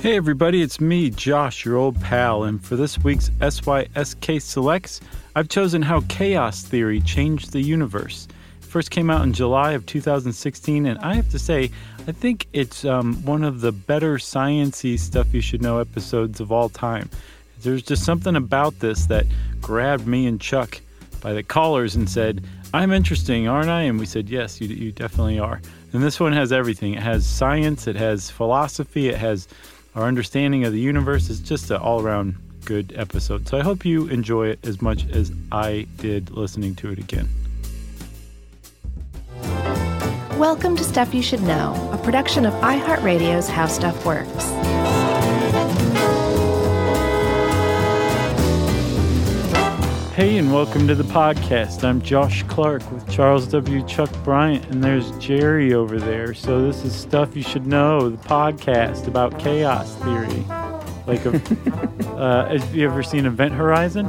Hey, everybody, it's me, Josh, your old pal, and for this week's SYSK Selects, I've chosen How Chaos Theory Changed the Universe. It first came out in July of 2016, and I have to say, I think it's um, one of the better sciency stuff you should know episodes of all time. There's just something about this that grabbed me and Chuck by the collars and said, I'm interesting, aren't I? And we said, Yes, you, you definitely are. And this one has everything it has science, it has philosophy, it has our understanding of the universe. It's just an all around good episode. So I hope you enjoy it as much as I did listening to it again. Welcome to Stuff You Should Know, a production of iHeartRadio's How Stuff Works. Hey, and welcome to the podcast. I'm Josh Clark with Charles W. Chuck Bryant, and there's Jerry over there. So, this is Stuff You Should Know, the podcast about chaos theory. Like, a, uh, have you ever seen Event Horizon?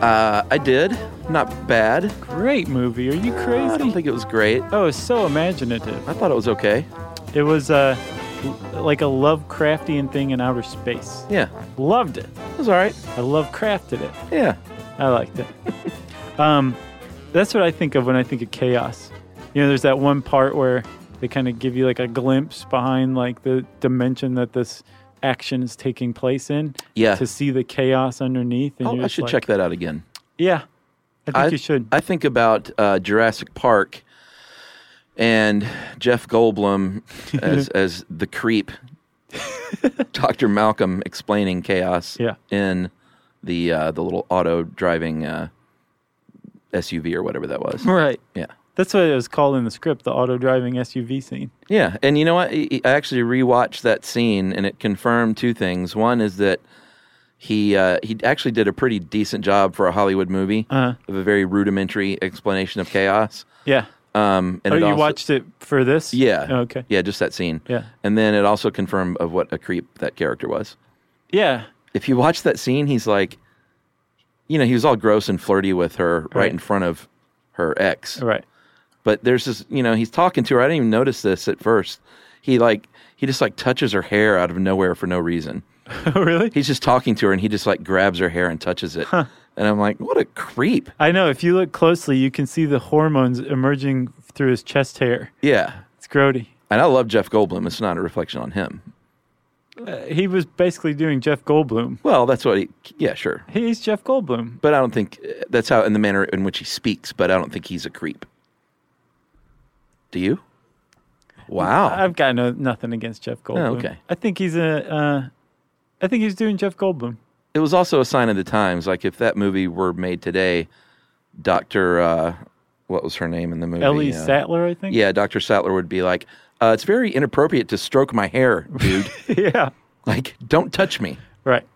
Uh, I did. Not bad. Great movie. Are you Uh, I don't crazy? think it was great. oh, it's so imaginative. I thought it was okay. It was uh, l- like a Lovecraftian thing in outer space. Yeah, Loved it. it was all right. I Lovecrafted it. Yeah. I liked it. um, that's what I think of when I think of chaos. You know, there's that one part where they kind of give you like a glimpse behind like the dimension that this action is taking place in Yeah. to see the chaos underneath. And I'll- you're I just should like- check that out again. Yeah, I think I, you should. I think about uh, Jurassic Park and Jeff Goldblum as, as the creep, Dr. Malcolm explaining chaos Yeah. in the uh, the little auto driving uh, SUV or whatever that was. right. Yeah. That's what it was called in the script, the auto driving SUV scene. Yeah, and you know what? I I actually rewatched that scene, and it confirmed two things. One is that he uh, he actually did a pretty decent job for a Hollywood movie Uh-huh. of a very rudimentary explanation of chaos. Yeah. Um, and oh, it you also- watched it for this? Yeah. Oh, okay. Yeah, just that scene. Yeah. And then it also confirmed of what a creep that character was. Yeah. If you watch that scene, he's like, you know, he was all gross and flirty with her right, Right. in front of her ex. All right. but there's this you know he's talking to her i didn't even notice this at first he like he just like touches her hair out of nowhere for no reason oh, really? he's just talking to her and he just like grabs her hair and touches it and i'm like what a creep I know. If you look closely, you can see the hormones emerging through his chest hair. yeah It's grody. and i love jeff goldblum it's not a reflection on him Uh, he was basically doing Jeff Goldblum. well that's what he yeah sure He's Jeff Goldblum. but i don't think uh, that's how in the manner in which he speaks but i don't think he's a creep do you wow I've got no, nothing against Jeff Goldblum. Oh, okay. I think he's a. Uh, I think he's doing Jeff Goldblum. it was also a sign of the times like if that movie were made today dr uh, what was her name in the movie Ellie Uh, Sattler, I think. Yeah, Dr. Sattler would be like, uh, it's very inappropriate to stroke my hair, dude. yeah. like, don't touch me. Right.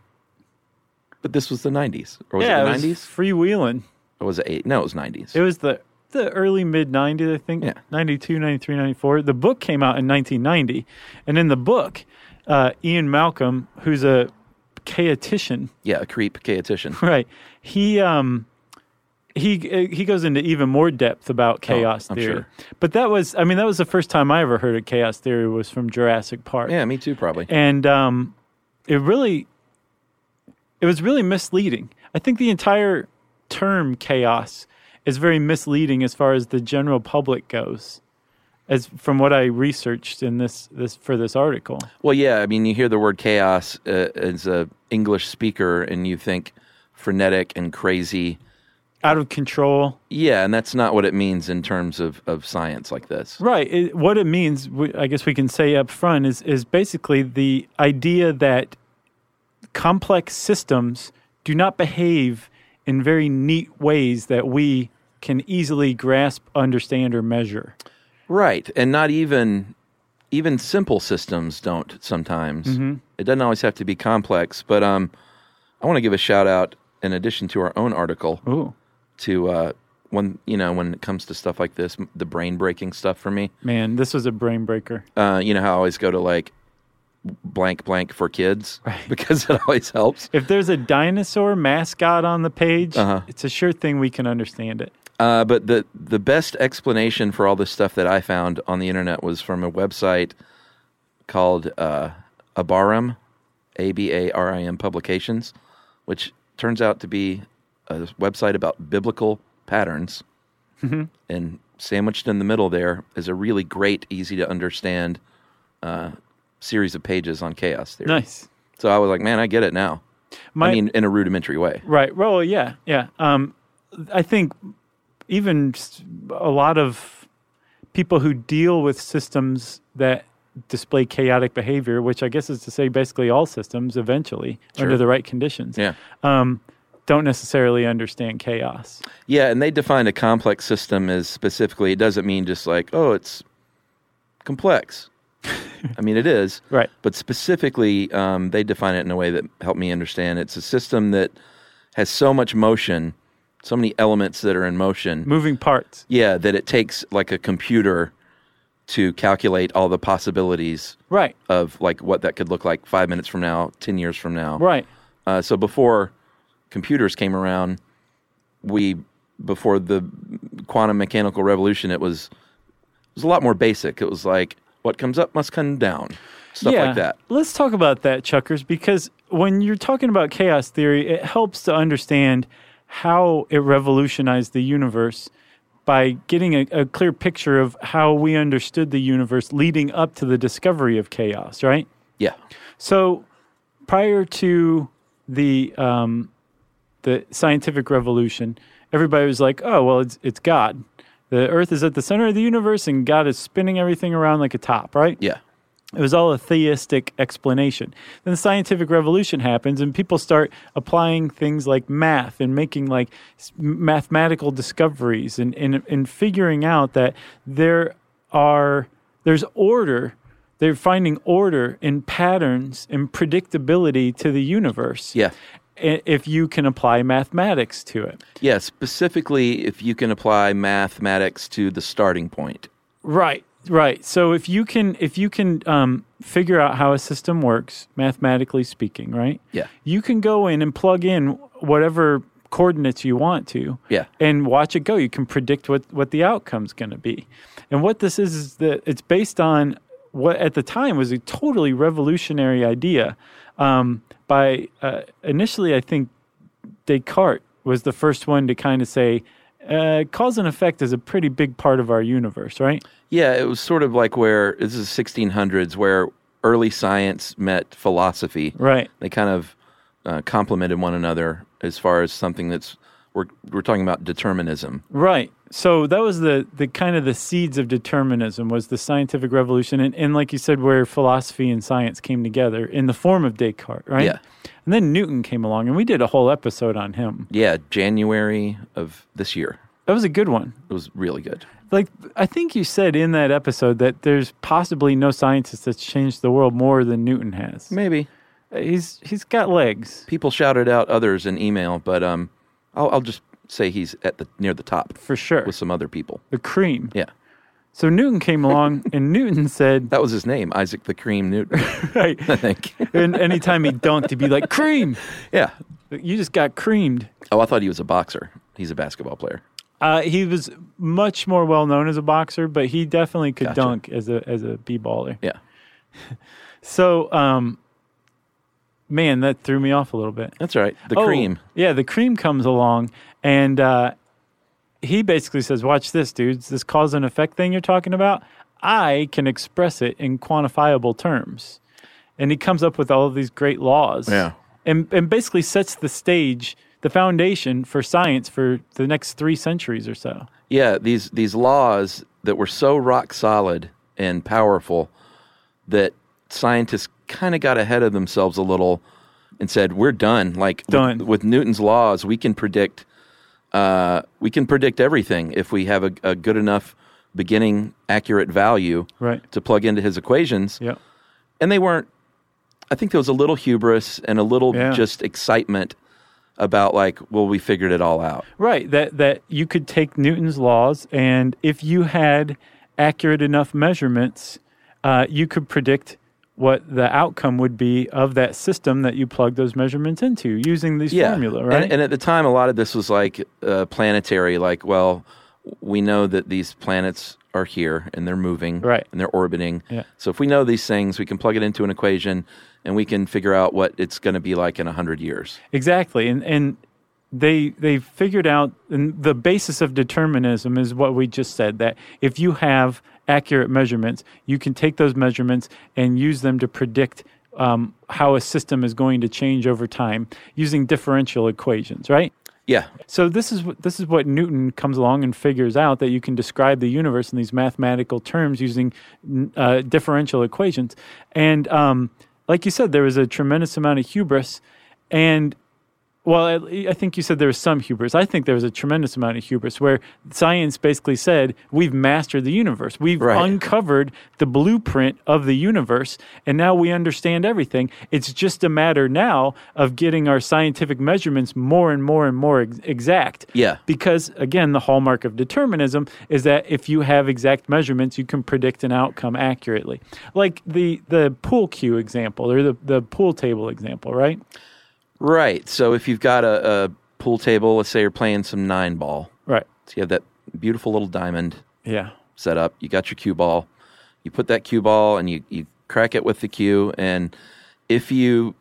But this was the 90s. Or was yeah. it the it 90s? was freewheeling. Or was it 8? No, it was 90s. It was the the early mid 90s, I think, Yeah. 92, 93, 94. The book came out in 1990. And in the book, uh, Ian Malcolm, who's a chaotician, yeah, a creep chaotician. right, he um he uh, he goes into even more depth about chaos Oh, I'm theory. sure. But that was I mean that was the first time I ever heard of chaos theory was from Jurassic Park. yeah, me too, probably. And um it really it was really misleading. I think the entire term chaos is very misleading as far as the general public goes. As from what I researched in this this for this article. Well, yeah, I mean, you hear the word chaos uh, as a English speaker and you think frenetic and crazy. Out of control. Yeah, and that's not what it means in terms of, of science like this. Right. It, what it means, we, I guess we can say up front, is is basically the idea that complex systems do not behave in very neat ways that we can easily grasp, understand, or measure. Right, and not even even simple systems don't sometimes. It doesn't always have to be complex, but um, I want to give a shout out in addition to our own article Ooh, to uh, when you know when it comes to stuff like this, m- the brain breaking stuff for me. man, this was a brain breaker. Uh, you know how I always go to like blank blank for kids because it always helps. If there's a dinosaur mascot on the page, Uh-huh. it's a sure thing we can understand it. Uh, but the the best explanation for all this stuff that I found on the internet was from a website called uh, Abarim, A B A R I M Publications, which turns out to be a website about biblical patterns. And sandwiched in the middle there is a really great, easy to understand uh, series of pages on chaos theory. Nice. So I was like, man, I get it now. My, I mean, in a rudimentary way. Right. Well, yeah, yeah. Um, I think even s- a lot of people who deal with systems that display chaotic behavior, which I guess is to say basically all systems eventually under Sure. the right conditions, Yeah. don't necessarily understand chaos. Yeah, and they define a complex system as specifically, it doesn't mean just like, oh, it's complex. I mean, it is. Right. But specifically, um, they define it in a way that helped me understand. It's a system that has so much motion, so many elements that are in motion. Moving parts. Yeah, that it takes like a computer to calculate all the possibilities Right. of like what that could look like five minutes from now, 10 years from now. Right. Uh, so before computers came around, we before the quantum mechanical revolution, it was it was a lot more basic. It was like what comes up must come down, stuff like that. Let's talk about that, Chuckers, because when you're talking about chaos theory, it helps to understand how it revolutionized the universe by getting a, a clear picture of how we understood the universe leading up to the discovery of chaos, right? Yeah, So prior to the um, the scientific revolution, everybody was like, "Oh, well, it's it's God. The Earth is at the center of the universe, and God is spinning everything around like a top, right?" yeah, It was all a theistic explanation. Then the scientific revolution happens, and people start applying things like math and making like s- mathematical discoveries and, and, and figuring out that there are there's order. They're finding order in patterns and predictability to the universe. yeah, i- If you can apply mathematics to it. yeah. Specifically, if you can apply mathematics to the starting point, Right, right. So if you can if you can um, figure out how a system works, mathematically speaking, right? Yeah. You can go in and plug in whatever coordinates you want to. Yeah. And watch it go. You can predict what what the outcome's going to be. And what this is is that it's based on what at the time was a totally revolutionary idea um, by uh, initially I think Descartes was the first one to kind of say uh, cause and effect is a pretty big part of our universe, right? yeah, it was sort of like where this is 1600s, where early science met philosophy, Right. they kind of uh, complemented one another as far as something that's we're we're talking about determinism. Right. So that was the the kind of the seeds of determinism was the scientific revolution and, and like you said, where philosophy and science came together in the form of Descartes, right? Yeah. And then Newton came along and we did a whole episode on him. Yeah, January of this year. That was a good one. It was really good. Like I think you said in that episode that there's possibly no scientist that's changed the world more than Newton has. Maybe He's he's got legs. people shouted out others in email, but um, I'll, I'll just say he's at the near the top For sure. with some other people. The cream. Yeah, So Newton came along and Newton said that was his name, Isaac the Cream Newton. right I think. and anytime he dunked he'd be like, Cream. yeah. You just got creamed. Oh, I thought he was a boxer. He's a basketball player. Uh, he was much more well known as a boxer, but he definitely could Gotcha. dunk as a as a b baller. Yeah. So, um, man, that threw me off a little bit. That's right. The Oh, cream. yeah. The cream comes along, and uh, he basically says, "Watch this, dudes. This cause and effect thing you're talking about, I can express it in quantifiable terms." And he comes up with all of these great laws. Yeah. And and basically sets the stage, the foundation for science for the next three centuries or so. Yeah, these these laws that were so rock solid and powerful that scientists kind of got ahead of themselves a little and said, "We're done." Like with- Done. With, Newton's laws, we can predict uh, we can predict everything if we have a, a good enough beginning accurate value Right. to plug into his equations. Yep. and they weren't i think there was a little hubris and a little Yeah. just excitement about like well we figured it all out Right. That that you could take Newton's laws, and if you had accurate enough measurements, uh, you could predict what the outcome would be of that system that you plug those measurements into using these formula. Right. and, and at the time a lot of this was like uh, planetary like well we know that these planets are here and they're moving Right. and they're orbiting. Yeah. So if we know these things, we can plug it into an equation and we can figure out what it's going to be like in 100 years. Exactly, and and they they figured out and the basis of determinism is what we just said that if you have accurate measurements, you can take those measurements and use them to predict um, how a system is going to change over time using differential equations, right? Yeah. So this is what- this is what Newton comes along and figures out that you can describe the universe in these mathematical terms using n- uh, differential equations. And um, like you said, there was a tremendous amount of hubris, and well, I, I think you said there was some hubris. I think there was a tremendous amount of hubris where science basically said we've mastered the universe, we've Right. uncovered the blueprint of the universe, and now we understand everything. It's just a matter now of getting our scientific measurements more and more and more ex- exact. Yeah. Because again, the hallmark of determinism is that if you have exact measurements, you can predict an outcome accurately. Like the the pool cue example or the, the pool table example, right? Right. So if you've got a, a pool table, let's say you're playing some nine ball. Right. So you have that beautiful little diamond Yeah. set up. You got your cue ball. You put that cue ball and you, you crack it with the cue. And if you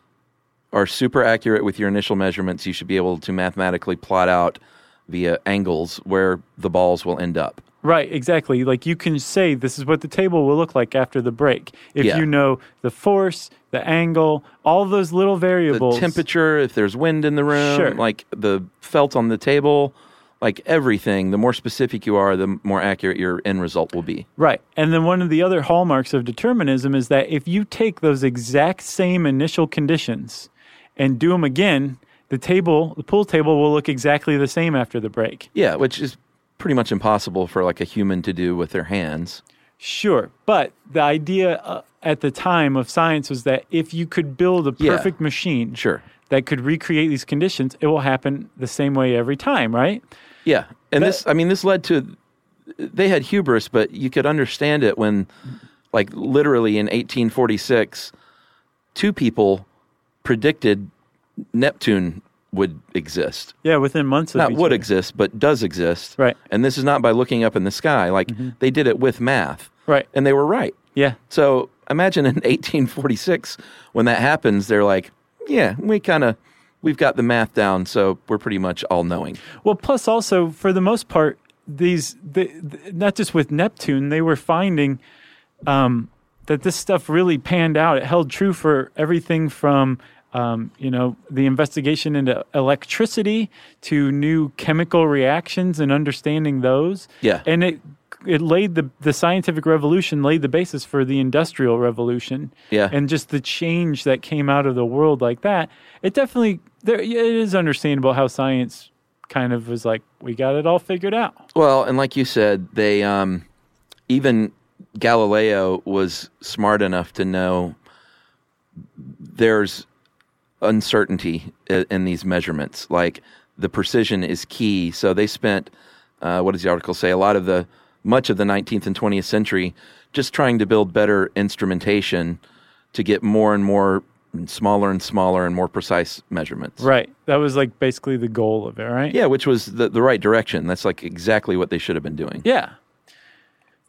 are super accurate with your initial measurements, you should be able to mathematically plot out via angles where the balls will end up. Right, exactly. Like you can say this is what the table will look like after the break. If Yeah. you know the force, the angle, all those little variables. The temperature, if there's wind in the room, Sure. like the felt on the table, like everything. The more specific you are, the more accurate your end result will be. Right. And then one of the other hallmarks of determinism is that if you take those exact same initial conditions and do them again, the table, the pool table will look exactly the same after the break. Yeah, which is pretty much impossible for like a human to do with their hands. Sure, but the idea uh, at the time of science was that if you could build a Yeah. perfect machine Sure. that could recreate these conditions, it will happen the same way every time, right? Yeah, and this I mean this led to they had hubris, but you could understand it when, like, literally in 1846, two people predicted Neptune would exist. Yeah, within months of Not each would other. exist, but does exist. Right. Mm-hmm. And this is not by looking up in the sky. Like they did it with math. Right. And they were right. Yeah. So imagine in 1846 when that happens, they're like, yeah, we kind of we've got the math down, so we're pretty much all knowing. Well, plus also for the most part, these the, the, not just with Neptune, they were finding um, that this stuff really panned out. It held true for everything from um, you know the investigation into electricity to new chemical reactions and understanding those. Yeah. and it it laid the the scientific revolution laid the basis for the industrial revolution. Yeah. and just the change that came out of the world like that, it definitely there yeah, it is understandable how science kind of was like we got it all figured out. Well, and like you said, they um, even Galileo was smart enough to know there's uncertainty in, in these measurements. Like the precision is key. So they spent uh, what does the article say? A lot of the much of the 19th and 20th century just trying to build better instrumentation to get more and more and smaller and smaller and more precise measurements. Right. That was like basically the goal of it, right? Yeah, which was the, the right direction. That's like exactly what they should have been doing. Yeah.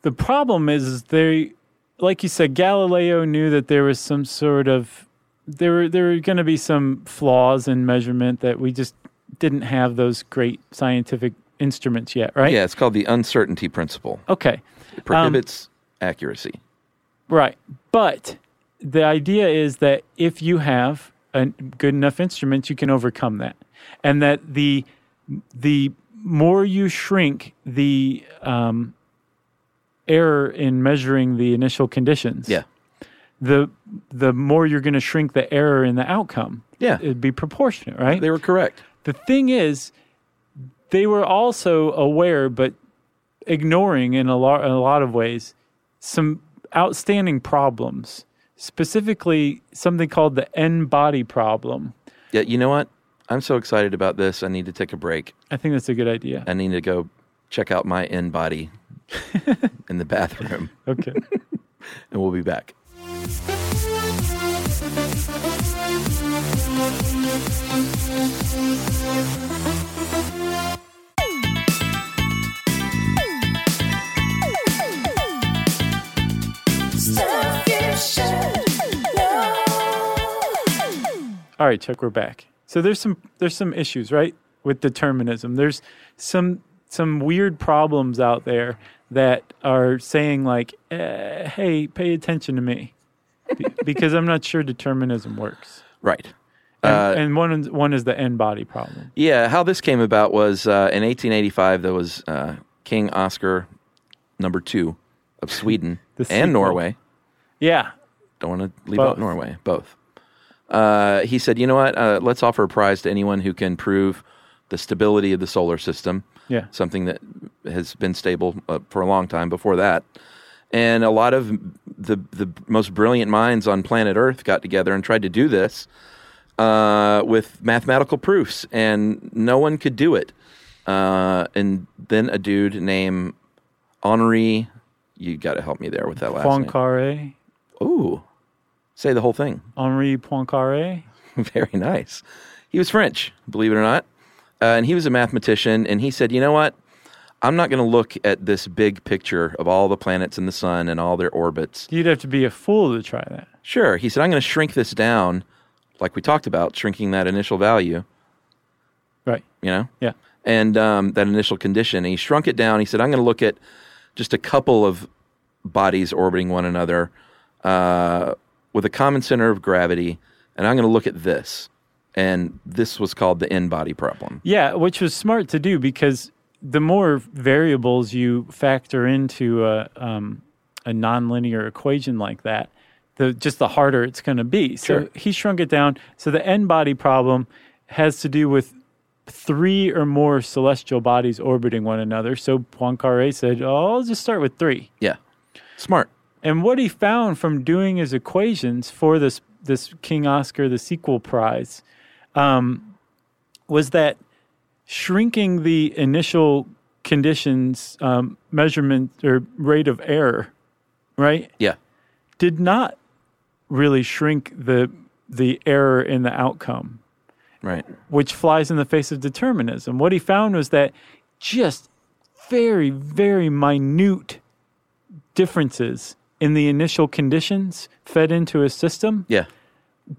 The problem is, is they, like you said, Galileo knew that there was some sort of there were there were going to be some flaws in measurement that we just didn't have those great scientific instruments yet, right? Yeah, it's called the uncertainty principle. Okay. It prohibits accuracy. Right. But the idea is that if you have a good enough instrument, you can overcome that. And that the the more you shrink the um, error in measuring the initial conditions, Yeah. the the more you're going to shrink the error in the outcome. Yeah. It'd be proportionate, right? They were correct. the thing is, they were also aware, but ignoring in a lot, in a lot of ways, some outstanding problems. Specifically, something called the N body problem. Yeah, you know what? I'm so excited about this. I need to take a break. I think that's a good idea. I need to go check out my in body in the bathroom, Okay. and we'll be back. All right, Chuck, we're back. So there's some there's some issues, right, with determinism. There's some some weird problems out there that are saying like, eh, "Hey, pay attention to me," be- because I'm not sure determinism works. Right. And, Uh, and one is- one is the end body problem. Yeah, how this came about was uh, in 1885 there was uh, King Oscar number two of Sweden The and sequel. Norway. Yeah, Don't want to leave Both. out Norway. Both. Uh, he said, "You know what? Uh, let's offer a prize to anyone who can prove the stability of the solar system, yeah, something that has been stable uh, for a long time before that." And a lot of the the most brilliant minds on planet Earth got together and tried to do this uh, with mathematical proofs, and no one could do it. Uh, and then a dude named Henri, you got to help me there with that last name. Poincare, Ooh, say the whole thing. Henri Poincare. Very nice. He was French, believe it or not. Uh, and he was a mathematician. And he said, you know what? I'm not going to look at this big picture of all the planets and the sun and all their orbits. You'd have to be a fool to try that. Sure. He said, I'm going to shrink this down, like we talked about, shrinking that initial value, Right. you know? Yeah. and um, that initial condition. And he shrunk it down. He said, "I'm going to look at just a couple of bodies orbiting one another uh, with a common center of gravity, and I'm going to look at this." And this was called the in-body problem. Yeah, which was smart to do because the more variables you factor into a, um, a nonlinear equation like that, the just the harder it's going to be. So Sure. he shrunk it down. So the n body problem has to do with three or more celestial bodies orbiting one another. So Poincare said, "Oh, I'll just start with three. Yeah, smart. And what he found from doing his equations for this this King Oscar the sequel prize um, was that shrinking the initial conditions um, measurement or rate of error, right, Yeah, did not really shrink the the error in the outcome right. which flies in the face of determinism. What he found was that just very, very minute differences in the initial conditions fed into a system Yeah,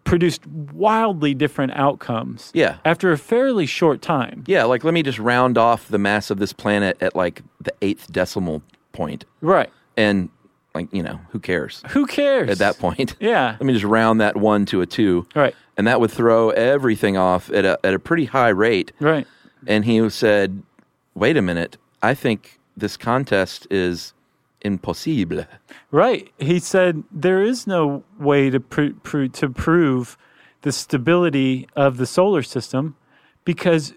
produced wildly different outcomes yeah, after a fairly short time. yeah. Like, let me just round off the mass of this planet at like the eighth decimal point, Right. and like you know, who cares Who cares? at that point? Yeah. Let me just round that one to a two. Right. and that would throw everything off at a, at a pretty high rate. Right. And he said, "Wait a minute, I think this contest is impossible." Right. He said there is no way to pr- pr- to prove the stability of the solar system because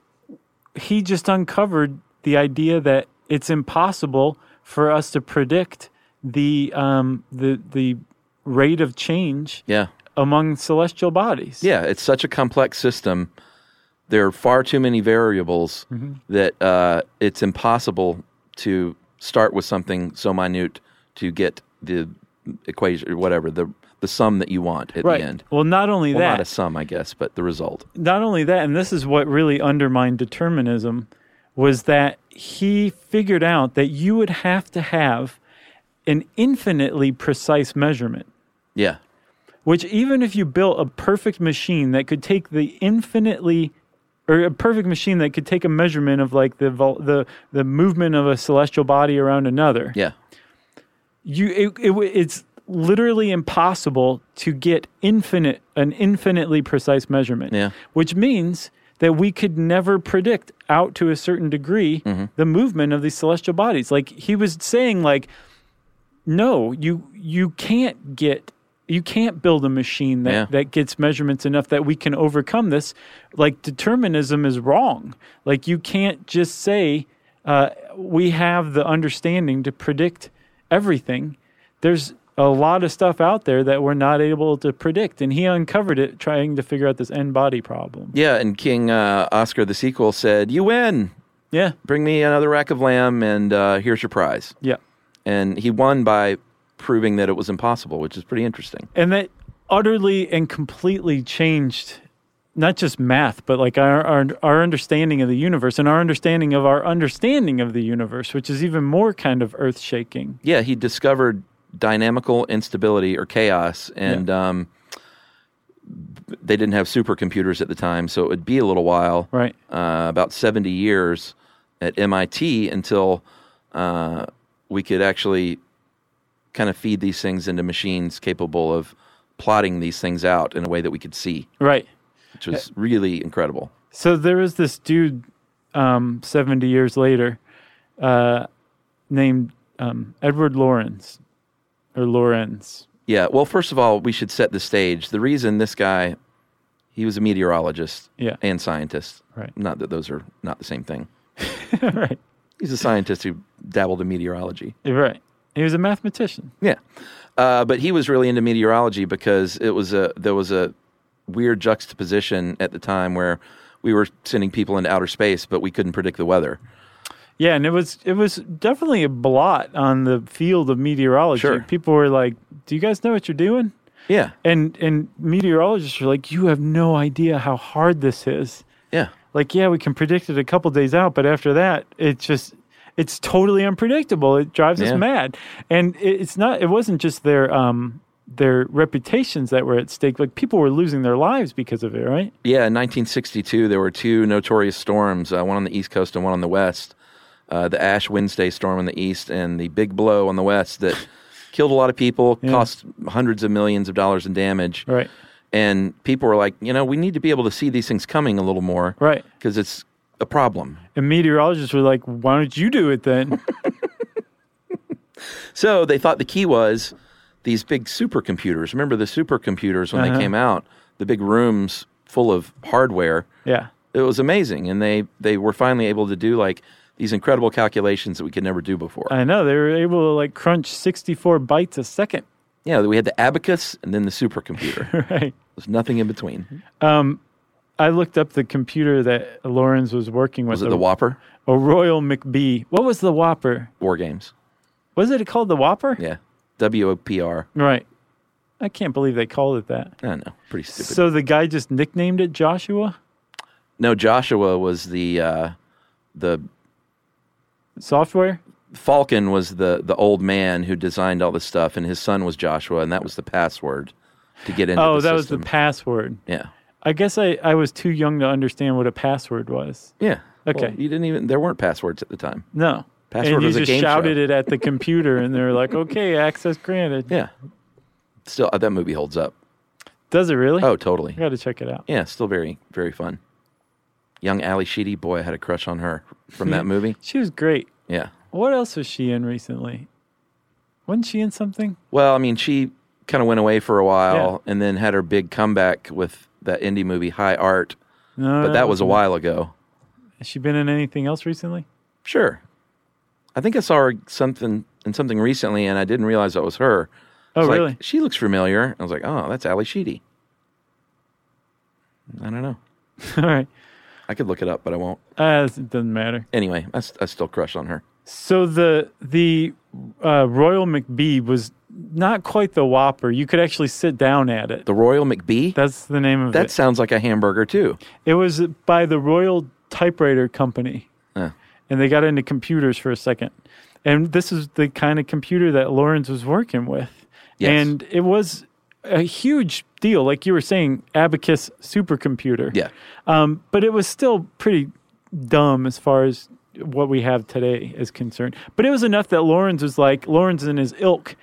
he just uncovered the idea that it's impossible for us to predict the um, the the rate of change Yeah, among celestial bodies. yeah, it's such a complex system. There are far too many variables Mm-hmm. that uh, it's impossible to start with something so minute to get the equation, or whatever the the sum that you want at Right. the end. Well, not only Well, that, not a sum, I guess, but the result. not only that, and this is what really undermined determinism, was that he figured out that you would have to have an infinitely precise measurement, Yeah, which even if you built a perfect machine that could take the infinitely or a perfect machine that could take a measurement of like the vol- the the movement of a celestial body around another, yeah, you it, it, w- it's literally impossible to get infinite an infinitely precise measurement Yeah. which means that we could never predict out to a certain degree the movement of these celestial bodies like he was saying like no you you can't get you can't build a machine that, Yeah. that gets measurements enough that we can overcome this like determinism is wrong like you can't just say uh, we have the understanding to predict everything there's a lot of stuff out there that we're not able to predict and he uncovered it trying to figure out this end body problem yeah. And King uh, Oscar the sequel said, "You win." yeah bring me another rack of lamb and uh, here's your prize yeah and he won by proving that it was impossible which is pretty interesting and that utterly and completely changed not just math but like our, our our understanding of the universe and our understanding of our understanding of the universe which is even more kind of earth shaking yeah he discovered dynamical instability or chaos and um, b- they didn't have supercomputers at the time, so it would be a little while, Right. uh, about 70 years at MIT until uh, we could actually kind of feed these things into machines capable of plotting these things out in a way that we could see, Right. which Eh. was really incredible. So there was this dude, um, seventy years later, uh, named um, Edward Lorenz, or Lorenz. Yeah. Well, first of all, we should set the stage. The reason this guy, he was a meteorologist Yeah. and scientist. Right. Not that those are not the same thing. right. He's a scientist who dabbled in meteorology. Right. He was a mathematician. Yeah, uh, but he was really into meteorology because it was a there was a weird juxtaposition at the time where we were sending people into outer space, but we couldn't predict the weather. Yeah, and it was it was definitely a blot on the field of meteorology. Sure. People were like, "Do you guys know what you're doing?" Yeah, And and meteorologists were like, "You have no idea how hard this is." yeah, Like, yeah, we can predict it a couple days out, but after that, it's just it's totally unpredictable. It drives Yeah. us mad. And it, it's not it wasn't just their um their reputations that were at stake. Like people were losing their lives because of it, right? yeah. In 1962, there were two notorious storms, uh, one on the east coast and one on the west. Uh, the Ash Wednesday storm on the east and the Big Blow on the west that killed a lot of people, cost hundreds of millions of dollars in damage. Right. And people were like, you know, we need to be able to see these things coming a little more, Right. Because it's a problem. And meteorologists were like, "Why don't you do it then?" So they thought the key was these big supercomputers. Remember the supercomputers when Uh-huh. they came out, the big rooms full of hardware. yeah. It was amazing, and they they were finally able to do like these incredible calculations that we could never do before. I know they were able to like crunch 64 bytes a second. yeah, we had the abacus and then the supercomputer. Right. Mm-hmm. There's nothing in between. I looked up the computer that Lawrence was working with. Was it a, the Whopper? a Royal McBee. What was the Whopper? War games. Was it called the Whopper? Yeah, W O P R. Right. I can't believe they called it that. I don't know. Pretty stupid. So the guy just nicknamed it Joshua no, Joshua was the uh, the software. Falcon was the the old man who designed all this stuff, and his son was Joshua, and that was the password to get into. Oh, the that system. was the password. yeah, I guess I, I was too young to understand what a password was. yeah. Well, Okay. you didn't even there weren't passwords at the time. No. Password and you was a just game shouted show. it at the computer and they were like, okay, access granted. Yeah, still uh, that movie holds up. Does it really? Oh, totally. I got to check it out. Yeah, still very very fun. Young Ali Sheedy, boy, I had a crush on her from that movie. She was great. Yeah. What else was she in recently? Wasn't she in something? Well, I mean, she kind of went away for a while, and then had her big comeback with that indie movie High Art, No, but no, that was a wasn't while ago. it. Has she been in anything else recently? Sure. I think I saw her something in something recently, and I didn't realize that was her. Oh, I was like, really? she looks familiar. I was like, oh, that's Ali Sheedy. I don't know. All right, I could look it up, but I won't. uh, it doesn't matter. Anyway, I, s- I still crush on her. So the the uh, Royal McBee was not quite the Whopper. You could actually sit down at it. The Royal McBee? That's the name of that it. sounds like a hamburger, too. It was by the Royal Typewriter Company, Huh. and they got into computers for a second. And this is the kind of computer that Lawrence was working with, Yes. and it was a huge deal. Like you were saying, Abacus supercomputer. Yeah. Um, but it was still pretty dumb as far as what we have today is concerned. But it was enough that Lawrence was like, Lawrence and his ilk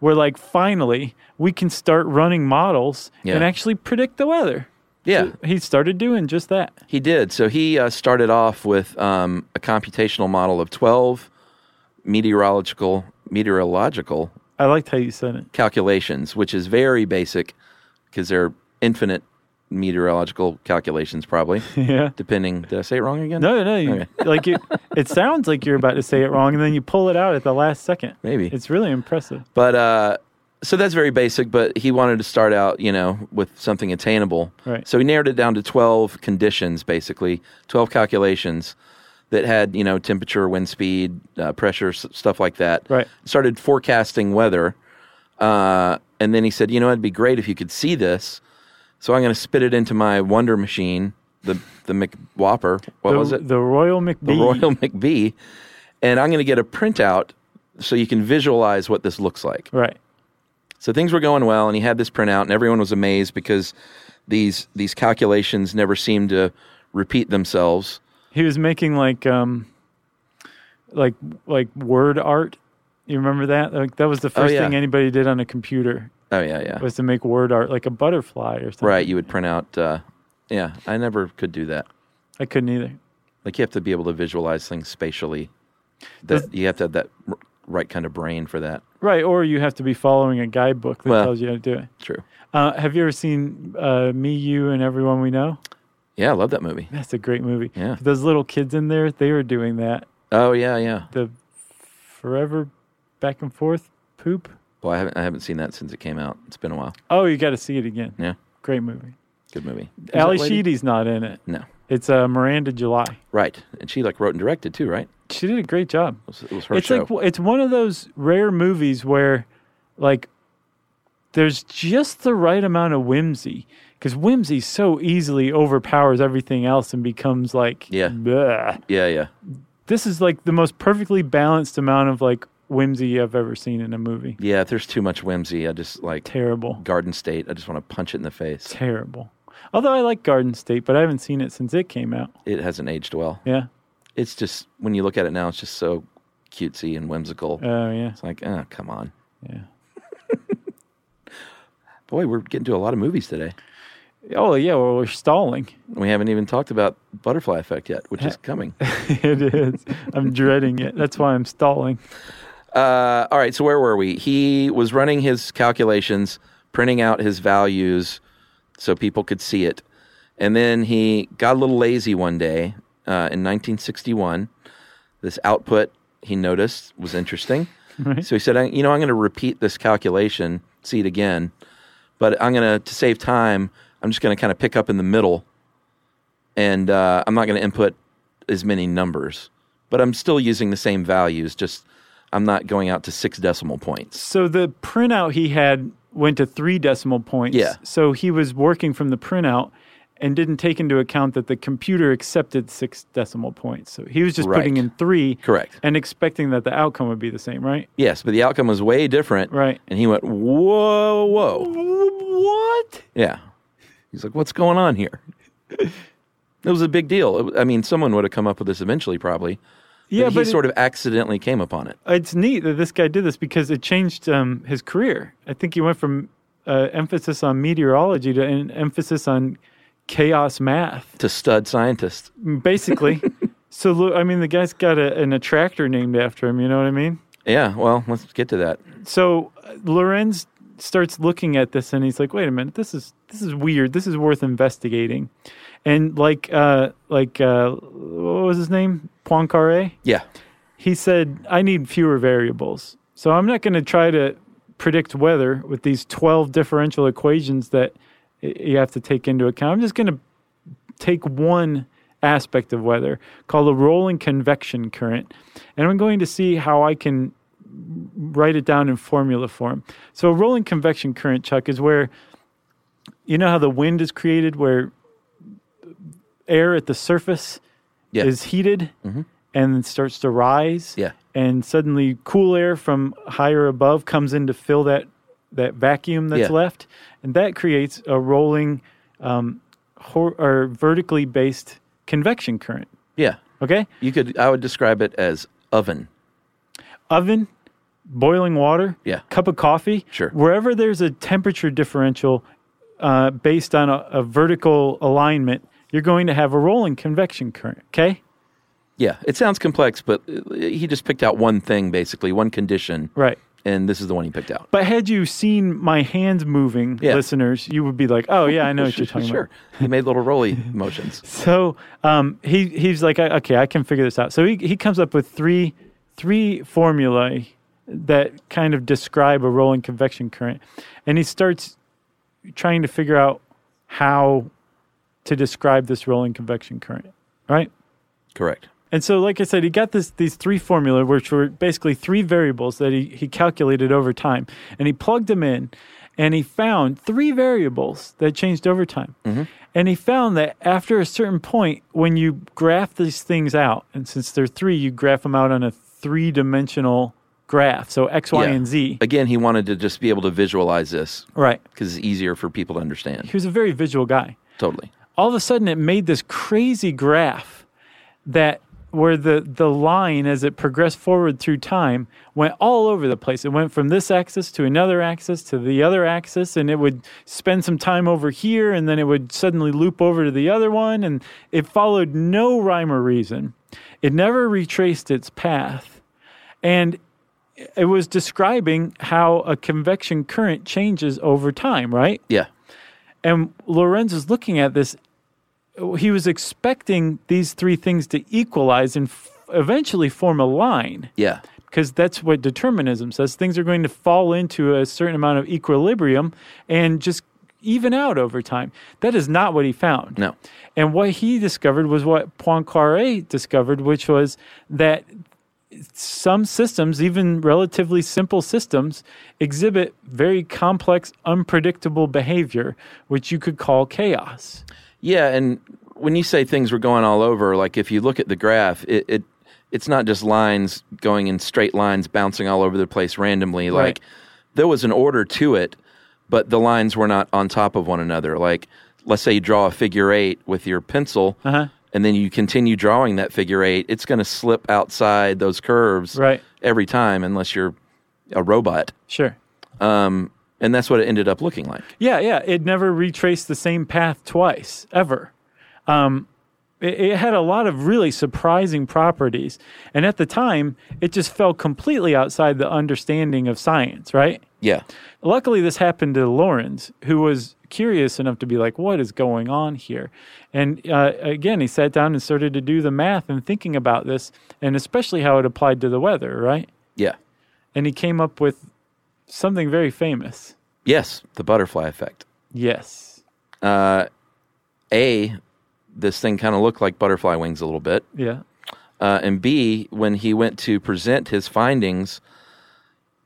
were like, finally, we can start running models Yeah. and actually predict the weather. Yeah, He started doing just that. he did. So he uh, started off with um, a computational model of 12 meteorological meteorological I liked how you said it. calculations, which is very basic because they're infinite meteorological calculations, probably. Yeah. depending, did I say it wrong again? No, no, you, like you, it sounds like you're about to say it wrong, and then you pull it out at the last second. Maybe. it's really impressive. But uh, so that's very basic. But he wanted to start out, you know, with something attainable. Right. So he narrowed it down to twelve conditions, basically twelve calculations that had, you know, temperature, wind speed, uh, pressure, s- stuff like that. Right. Started forecasting weather, uh, and then he said, you know, it'd be great if you could see this. So I'm going to spit it into my Wonder Machine, the the McWhopper. What the, was it? The Royal McBee. the Royal McBee, and I'm going to get a printout so you can visualize what this looks like. Right. So things were going well, and he had this printout, and everyone was amazed because these these calculations never seemed to repeat themselves. He was making like um like like word art. You remember that? Like that was the first Oh, yeah. thing anybody did on a computer Oh yeah, yeah, was to make word art like a butterfly or something. right. You would print out. Uh, yeah, I never could do that. I couldn't either. Like you have to be able to visualize things spatially. That you have to have that r- right kind of brain for that. Right, or you have to be following a guidebook that Well. tells you how to do it. True. Uh, have you ever seen uh, Me, You, and Everyone We Know? Yeah, I love that movie. That's a great movie. Yeah. Those little kids in there, they were doing that. Oh yeah, yeah. The forever back and forth poop. Well, I haven't I haven't seen that since it came out. It's been a while. Oh, you got to see it again. Yeah, Great movie. good movie. Ali lady- Sheedy's not in it. No, It's uh, Miranda July. right. And she like wrote and directed too, right? It She did a great job. was, it was her it's show. like it's one of those rare movies where, like, there's just the right amount of whimsy because whimsy so easily overpowers everything else and becomes like Yeah. bleh. yeah, yeah. This is like the most perfectly balanced amount of like whimsy I've ever seen in a movie. Yeah, if there's too much whimsy, I just like Terrible. Garden State. I just want to punch it in the face. Terrible. Although I like Garden State, but I haven't seen it since it came out. It hasn't aged well. Yeah. It's just when you look at it now, it's just so cutesy and whimsical. Oh yeah. It's like, oh, come on. Yeah. Boy, we're getting to a lot of movies today. Oh yeah. Well, we're stalling. We haven't even talked about Butterfly Effect yet, which is coming. it is. I'm dreading it. That's why I'm stalling. Uh, all right, so where were we? He was running his calculations, printing out his values so people could see it. And then he got a little lazy one day uh, in 1961. This output he noticed was interesting. So he said, I, You know, I'm going to repeat this calculation, see it again, but I'm going to, to save time, I'm just going to kind of pick up in the middle and uh, I'm not going to input as many numbers, but I'm still using the same values. Just I'm not going out to six decimal points. So the printout he had went to three decimal points. Yeah. So he was working from the printout and didn't take into account that the computer accepted six decimal points. So he was just Right. putting in three. Correct. And expecting that the outcome would be the same, right? Yes, but the outcome was way different. Right. And he went, whoa, whoa. What? Yeah. He's like, what's going on here? It was a big deal. It- I mean, someone would have come up with this eventually, probably. Yeah, but he but it- sort of accidentally came upon it. it's neat that this guy did this because it changed um, his career. I think he went from uh, emphasis on meteorology to an emphasis on chaos math, To stud scientist. basically. so, lo- I mean, the guy's got a, an attractor named after him. You know what I mean? Yeah, well, let's get to that. So uh, Lorenz starts looking at this and he's like, "Wait a minute, this is this is weird. This is worth investigating." And like uh, like uh, what was his name? Poincare Yeah. he said, I need fewer variables. So I'm not going to try to predict weather with these 12 differential equations that y- you have to take into account. I'm just going to take one aspect of weather called a rolling convection current, and I'm going to see how I can write it down in formula form. So a rolling convection current, Chuck, is where you know how the wind is created, where air at the surface Yeah. Mm-hmm. is heated and then starts to rise. Yeah. And suddenly cool air from higher above comes in to fill that that vacuum that's Yeah. left. And that creates a rolling um, hor- or vertically based convection current. Yeah. Okay? You could, I would describe it as oven. Oven, boiling water, Yeah. cup of coffee. Sure. Wherever there's a temperature differential uh, based on a, a vertical alignment, you're going to have a rolling convection current. Okay? Yeah, it sounds complex, but uh, he just picked out one thing basically, one condition, Right. and this is the one he picked out. But had you seen my hands moving, Yeah. listeners, you would be like, "Oh yeah, I know what you're talking sure, about." he made little roly motions. So um, he he's like, "I- "Okay, I can figure this out." So he he comes up with three three formulae that kind of describe a rolling convection current, and he starts trying to figure out how to describe this rolling convection current, right? Correct. And so, like I said, he got this these three formula, which were basically three variables that he, he calculated over time, and he plugged them in, and he found three variables that changed over time, and he found that after a certain point, when you graph these things out, and since they're three, you graph them out on a three dimensional graph. So X, Y, Yeah. and Z. Again, he wanted to just be able to visualize this Right. because it's easier for people to understand. He was a very visual guy. Totally. all of a sudden it made this crazy graph that where the the line as it progressed forward through time went all over the place it went from this axis to another axis to the other axis and it would spend some time over here and then it would suddenly loop over to the other one and it followed no rhyme or reason it never retraced its path and it was describing how a convection current changes over time right Yeah. and Lorenz is looking at this. He was expecting these three things to equalize and f- eventually form a line Yeah. because that's what determinism says. Things are going to fall into a certain amount of equilibrium and just even out over time. That is not what he found. No. And what he discovered was what Poincaré discovered, which was that some systems, even relatively simple systems, exhibit very complex, unpredictable behavior, which you could call chaos. Yeah, and when you say things were going all over, like if you look at the graph, it, it it's not just lines going in straight lines bouncing all over the place randomly. Right. Like there was an order to it, but the lines were not on top of one another. Like let's say you draw a figure eight with your pencil, Uh-huh. and then you continue drawing that figure eight. It's going to slip outside those curves Right. every time, unless you're a robot. Sure. Um, and that's what it ended up looking like. Yeah, yeah. It never retraced the same path twice, ever. Um, it, it had a lot of really surprising properties. And at the time, it just fell completely outside the understanding of science, right? Yeah. Luckily, this happened to Lawrence, who was curious enough to be like, what is going on here? And uh, again, he sat down and started to do the math and thinking about this, and especially how it applied to the weather, right? Yeah. And he came up with something very famous. Yes, the butterfly effect. Yes. uh, a this thing kind of looked like butterfly wings a little bit Yeah. uh, and b when he went to present his findings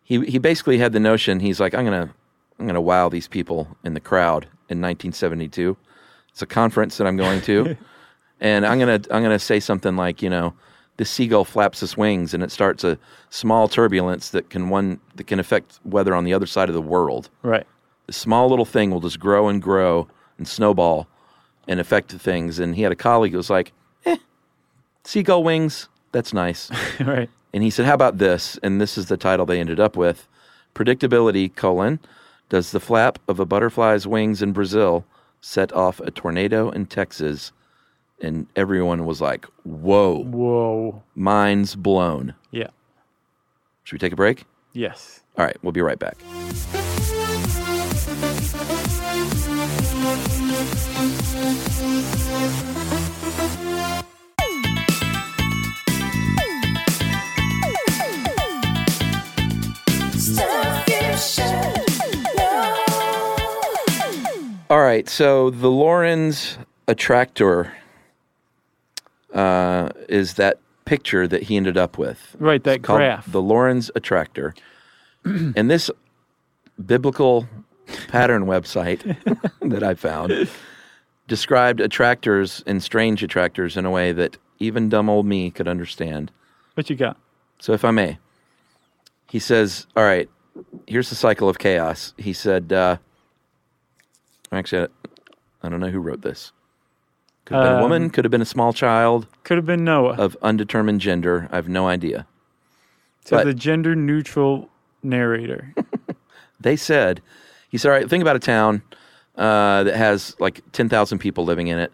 he, he basically had the notion he's like i'm gonna i'm gonna wow these people in the crowd in 1972 it's a conference that i'm going to and i'm gonna i'm gonna say something like you know the seagull flaps its wings and it starts a small turbulence that can one that can affect weather on the other side of the world Right. the small little thing will just grow and grow and snowball and affect things. And he had a colleague who was like, eh, seagull wings, that's nice. right. and he said, how about this? And this is the title they ended up with. Predictability, colon, does the flap of a butterfly's wings in Brazil set off a tornado in Texas? And everyone was like, whoa, Whoa. mind's blown. Yeah. Should we take a break? Yes. All right, we'll be right back. All right, so the Lorenz attractor uh, is that picture that he ended up with. Right, that It's called graph. The Lorenz attractor. and this biblical pattern website that I found described attractors and strange attractors in a way that even dumb old me could understand. What you got? So, if I may, he says, All right, here's the cycle of chaos. He said, uh, Actually, I don't know who wrote this. Could have been a woman, could have been a small child Could have been Noah. of undetermined gender. I have no idea. so but- the gender neutral narrator. They said, He said, All right, think about a town uh, that has like 10,000 people living in it.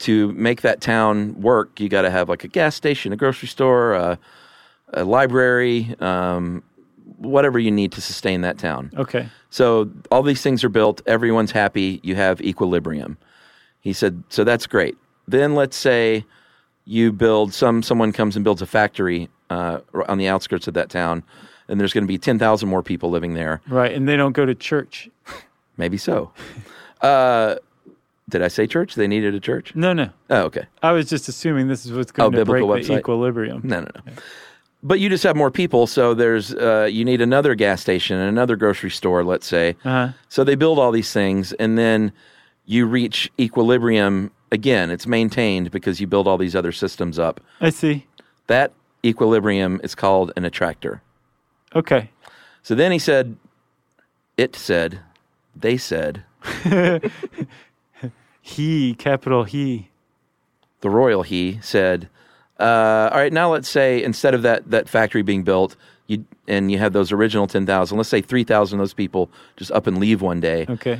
To make that town work, you got to have like a gas station, a grocery store, a, a library, um, whatever you need to sustain that town. Okay. So all these things are built. Everyone's happy. You have equilibrium. He said, so that's great. Then let's say you build some someone comes and builds a factory uh, r- on the outskirts of that town, and there's going to be ten thousand more people living there. Right. And they don't go to church. Maybe so. uh, did I say church? They needed a church. No, no. Oh, okay. I was just assuming this is what's going to break Oh, biblical the website. equilibrium. No, no, no. But you just have more people, so there's uh, you need another gas station and another grocery store, let's say. Uh-huh. So they build all these things, and then you reach equilibrium again. It's maintained because you build all these other systems up. I see. That equilibrium is called an attractor. Okay. So then he said, it said, they said, He, capital he. the royal he said, uh, all right, now let's say instead of that, that factory being built, you, and you have those original 10,000, let's say 3,000 of those people just up and leave one day. Okay.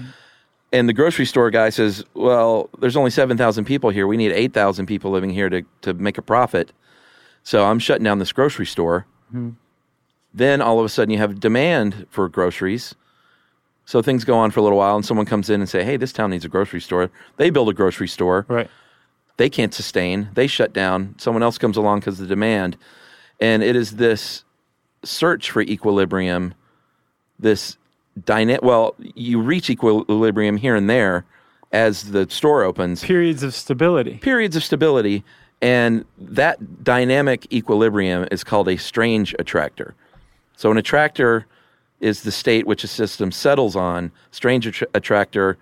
And the grocery store guy says, well, there's only 7,000 people here. We need 8,000 people living here to, to make a profit. So I'm shutting down this grocery store. Then all of a sudden you have demand for groceries. So things go on for a little while and someone comes in and say, hey, this town needs a grocery store. They build a grocery store Right. they can't sustain. They shut down. Someone else comes along because of the demand. And it is this search for equilibrium, this dynamic. Well, you reach equilibrium here and there as the store opens, Periods of stability. periods of stability. And that dynamic equilibrium is called a strange attractor. So an attractor is the state which a system settles on. Strange attr attractor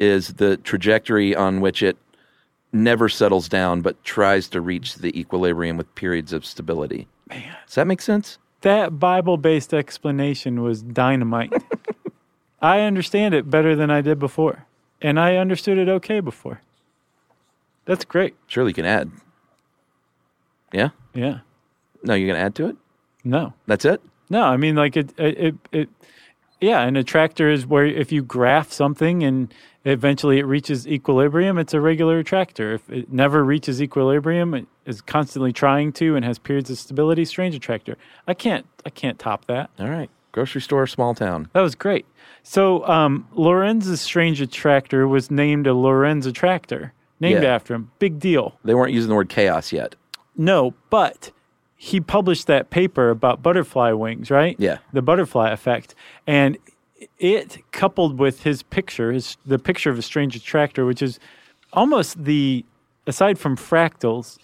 is the trajectory on which it never settles down but tries to reach the equilibrium with periods of stability. Man. Does that make sense? That Bible based explanation was dynamite. I understand it better than I did before. And I understood it okay before. That's great. Surely you can add. Yeah? Yeah. No, you're going to add to it? No. That's it? No, I mean like it it it, it yeah, an attractor is where if you graph something and eventually it reaches equilibrium, it's a regular attractor. If it never reaches equilibrium, it is constantly trying to and has periods of stability, strange attractor. I can't I can't top that. All right. Grocery store, small town. That was great. So um, Lorenz's strange attractor was named a Lorenz attractor, named Yeah. after him. Big deal. They weren't using the word chaos yet. No, but he published that paper about butterfly wings, right? Yeah. The butterfly effect. And it coupled with his picture, his the picture of a strange attractor, which is almost the aside from fractals,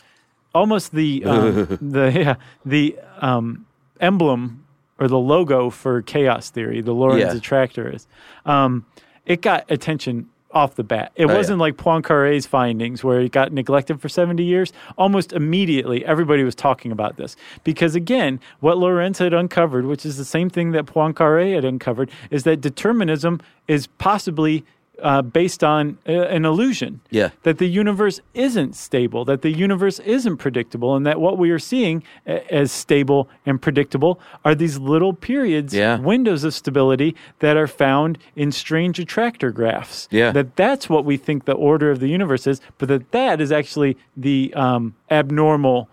almost the um, the yeah, the um, emblem or the logo for chaos theory, the Lorentz Yeah. attractor is. Um, it got attention off the bat. It Oh, yeah. wasn't like Poincaré's findings where it got neglected for 70 years. Almost immediately, everybody was talking about this because again, what Lorentz had uncovered, which is the same thing that Poincaré had uncovered, is that determinism is possibly uh, based on uh, an illusion Yeah. that the universe isn't stable, that the universe isn't predictable, and that what we are seeing a- as stable and predictable are these little periods, Yeah. windows of stability that are found in strange attractor graphs. Yeah. That that's what we think the order of the universe is, but that that is actually the um, abnormal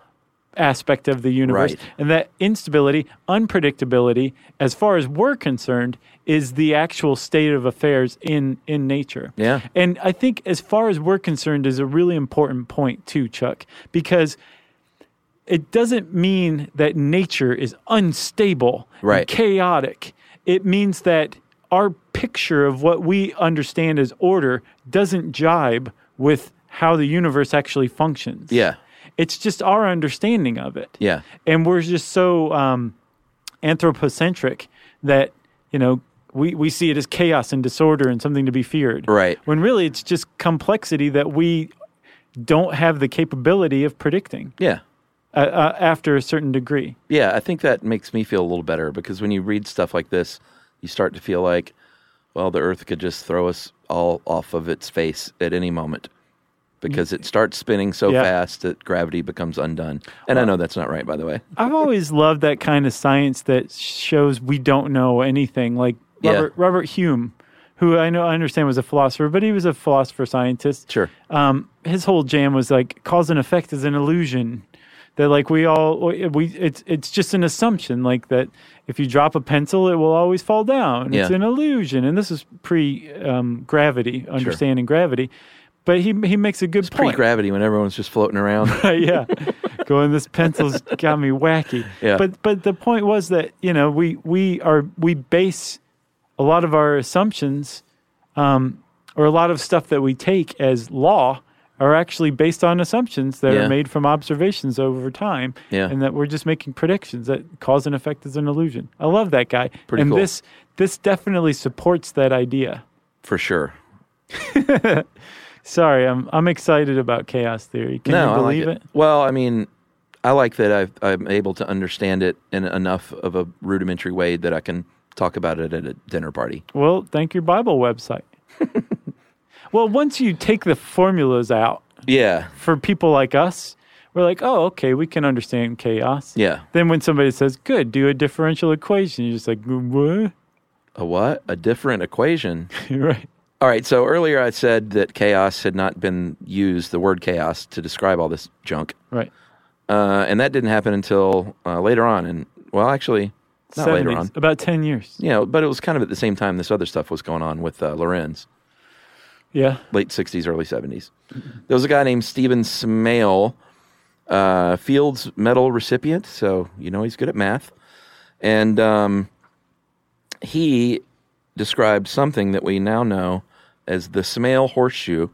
aspect of the universe Right. and that instability unpredictability as far as we're concerned is the actual state of affairs in in nature Yeah. and I think, as far as we're concerned, is a really important point, too, Chuck, because it doesn't mean that nature is unstable, and Right. chaotic. It means that our picture of what we understand as order doesn't jibe with how the universe actually functions. Yeah. It's just our understanding of it Yeah. and we're just so um, anthropocentric that you know we, we see it as chaos and disorder and something to be feared Right. when really it's just complexity that we don't have the capability of predicting Yeah. uh, uh, after a certain degree Yeah, I think that makes me feel a little better because when you read stuff like this, you start to feel like, well, the earth could just throw us all off of its face at any moment because it starts spinning so Yeah. fast that gravity becomes undone. And I know that's not right, by the way. i've always loved that kind of science that shows we don't know anything like Yeah. robert, robert hume who i know i understand was a philosopher but he was a philosopher scientist Sure. um, his whole jam was like cause and effect is an illusion that like we all we it's it's just an assumption like that if you drop a pencil it will always fall down it's Yeah. an illusion and this is pre um, gravity understanding gravity but he he makes a good Pre point gravity when everyone's just floating around. yeah going this pencil's got me wacky Yeah. but but the point was that you know we we are we base a lot of our assumptions um, or a lot of stuff that we take as law are actually based on assumptions that Yeah. are made from observations over time Yeah. and that we're just making predictions that cause and effect is an illusion i love that guy Pretty and cool. this this definitely supports that idea For sure. sorry i'm i'm excited about chaos theory can no, you I like believe it? Well, I mean, I like that I've, I'm able to understand it in enough of a rudimentary way that I can talk about it at a dinner party. Well, thank your Bible website. well, once you take the formulas out Yeah, for people like us, we're like, oh, okay, we can understand chaos. yeah. Then when somebody says, good, do a differential equation, you're just like, what? A what? A different equation. right. All right. So earlier I said that chaos had not been used, the word chaos, to describe all this junk. Right. Uh, and that didn't happen until uh, later on. And, well, actually, not later 70s, on. About 10 years. You know, but it was kind of at the same time this other stuff was going on with uh, Lorenz, Yeah. late 60s, early 70s. There was a guy named Stephen Smale, uh, Fields Medal recipient. So, you know, he's good at math. And um, he described something that we now know as the Smale horseshoe.